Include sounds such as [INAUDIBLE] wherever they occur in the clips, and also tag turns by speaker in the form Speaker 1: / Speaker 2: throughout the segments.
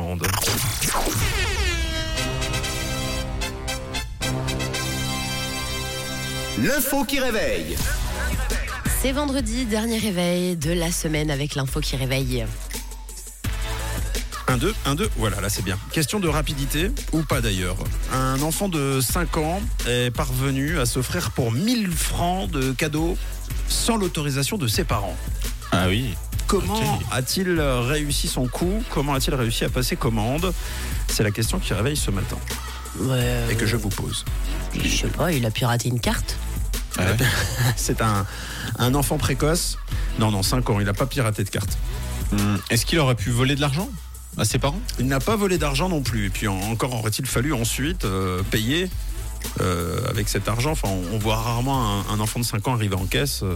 Speaker 1: monde.
Speaker 2: L'info qui réveille.
Speaker 3: C'est vendredi, dernier réveil de la semaine avec l'info qui réveille.
Speaker 1: 1, 2, 1, 2, voilà, là c'est bien. Question de rapidité, ou pas d'ailleurs. Un enfant de 5 ans est parvenu à s'offrir pour 1000 francs de cadeaux sans l'autorisation de ses parents.
Speaker 4: Ah oui.
Speaker 1: Comment
Speaker 4: Ok.
Speaker 1: a-t-il réussi son coup Comment a-t-il réussi à passer commande C'est la question qui réveille ce matin
Speaker 3: Ouais, euh,
Speaker 1: et que je vous pose.
Speaker 3: je sais pas, il a piraté une carte.
Speaker 4: Ah
Speaker 1: [LAUGHS] C'est un, un enfant précoce. Non, non, 5 ans, il n'a pas piraté de carte.
Speaker 4: Hum, Est-ce qu'il aurait pu voler de l'argent à ses parents
Speaker 1: Il n'a pas volé d'argent non plus. Et puis en- encore aurait-il fallu ensuite euh, payer euh, avec cet argent. Enfin, on, on voit rarement un, un enfant de 5 ans arriver en caisse. euh.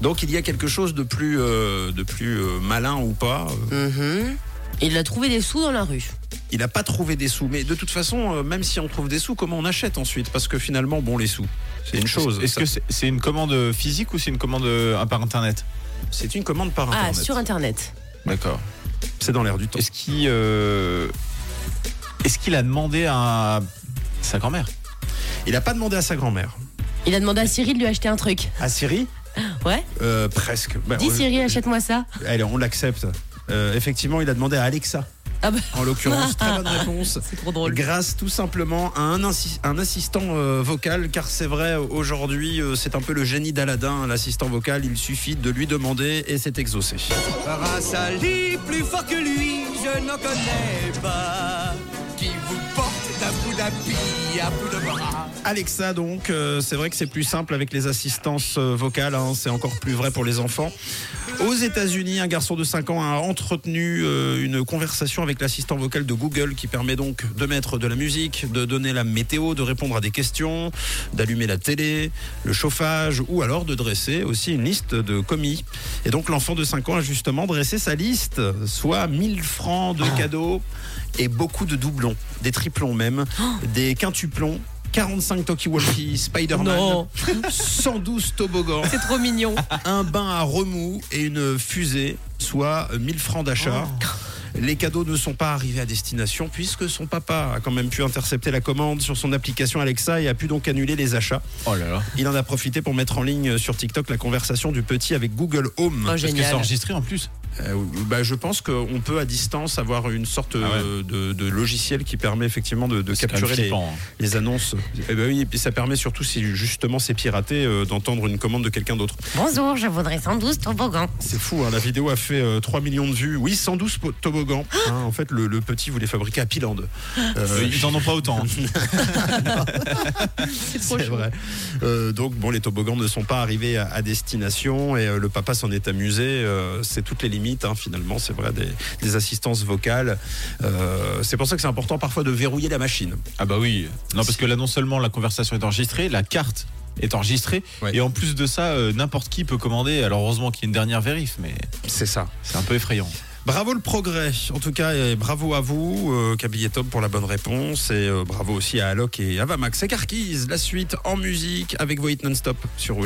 Speaker 1: Donc il y a quelque chose de plus, euh, de plus euh, malin ou pas. Euh,
Speaker 3: Mhm. Il a trouvé des sous dans la rue.
Speaker 1: Il n'a pas trouvé des sous. Mais de toute façon, euh, même si on trouve des sous, comment on achète ensuite Parce que finalement, bon, les sous, c'est une chose.
Speaker 4: Est-ce
Speaker 1: Ça-
Speaker 4: que c'est c'est une commande physique ou c'est une commande euh, par internet
Speaker 1: c'est une commande par
Speaker 3: Ah,
Speaker 1: internet
Speaker 3: sur internet.
Speaker 4: D'accord.
Speaker 1: C'est dans l'air du temps.
Speaker 4: Est-ce qu'il euh, est-ce qu'il a demandé à sa grand-mère
Speaker 1: Il n'a pas demandé à sa grand-mère.
Speaker 3: Il a demandé à Cyril de lui acheter un truc.
Speaker 1: À Siri
Speaker 3: Ouais
Speaker 1: Euh, Presque. Bah,
Speaker 3: Dis
Speaker 1: on-
Speaker 3: Cyril, achète-moi ça.
Speaker 1: Allez, on l'accepte. Euh, effectivement, il a demandé à Alexa.
Speaker 3: Ah bah. [LAUGHS]
Speaker 1: En l'occurrence, très bonne réponse.
Speaker 3: C'est trop drôle.
Speaker 1: Grâce tout simplement à un, insi- un assistant euh, vocal, car c'est vrai, aujourd'hui, euh, c'est un peu le génie d'Aladin, l'assistant vocal. Il suffit de lui demander et c'est exaucé.
Speaker 5: Par un sali plus fort que lui, je n'en connais pas. Qui vous porte d'un bout d'habit à bout de bras.
Speaker 1: Alexa, donc, euh, c'est vrai que c'est plus simple avec les assistances euh, vocales, hein, c'est encore plus vrai pour les enfants. Aux États-Unis, un garçon de 5 ans a entretenu euh, une conversation avec l'assistant vocal de Google qui permet donc de mettre de la musique, de donner la météo, de répondre à des questions, d'allumer la télé, le chauffage ou alors de dresser aussi une liste de commis. Et donc l'enfant de 5 ans a justement dressé sa liste, soit 1000 francs de cadeaux et beaucoup de doublons, des triplons même, des quintuplons. 45 talkie-walkie, Spider-Man,
Speaker 3: Non.
Speaker 1: 112 toboggans,
Speaker 3: C'est trop mignon.
Speaker 1: un bain à remous et une fusée, soit 1000 francs d'achat. Les cadeaux ne sont pas arrivés à destination puisque son papa a quand même pu intercepter la commande sur son application Alexa et a pu donc annuler les achats.
Speaker 4: Oh là là.
Speaker 1: Il en a profité pour mettre en ligne sur TikTok la conversation du petit avec Google Home.
Speaker 3: Oh,
Speaker 4: Parce que c'est
Speaker 3: génial.
Speaker 4: enregistré en plus.
Speaker 1: Euh, bah, je pense qu'on peut à distance avoir une sorte euh, de, de logiciel qui permet effectivement de, de
Speaker 4: Ah C'est quand même
Speaker 1: capturer les,
Speaker 4: flippant, hein.
Speaker 1: les annonces. Et, Eh ben oui, et puis ça permet surtout si justement c'est piraté euh, d'entendre une commande de quelqu'un d'autre.
Speaker 3: Bonjour, je voudrais 112 toboggans.
Speaker 1: C'est fou, hein, la vidéo a fait euh, 3 millions de vues. Oui, 112 po- toboggans.
Speaker 3: Ah
Speaker 1: Hein, en fait, le, le petit voulait fabriquer à Piland.
Speaker 4: Euh, Ils en ont pas autant. hein.
Speaker 3: C'est trop
Speaker 1: C'est
Speaker 3: chou.
Speaker 1: vrai. Euh, donc bon, les toboggans ne sont pas arrivés à, à destination et euh, le papa s'en est amusé. Euh, c'est toutes les limites hein, finalement, c'est vrai des, des assistances vocales. Euh, c'est pour ça que c'est important parfois de verrouiller la machine.
Speaker 4: [LAUGHS] Ah bah oui. Non parce que là non seulement la conversation est enregistrée, la carte est enregistrée
Speaker 1: Ouais.
Speaker 4: et en plus de ça euh, n'importe qui peut commander. Alors heureusement qu'il y a une dernière vérif mais
Speaker 1: C'est ça.
Speaker 4: c'est un peu effrayant.
Speaker 1: Bravo le progrès, en tout cas, et bravo à vous, euh, Cabillet Tom, pour la bonne réponse, et euh, bravo aussi à Alok et Avamax et Carquise. La suite en musique avec Voit Non-Stop sur Rouge.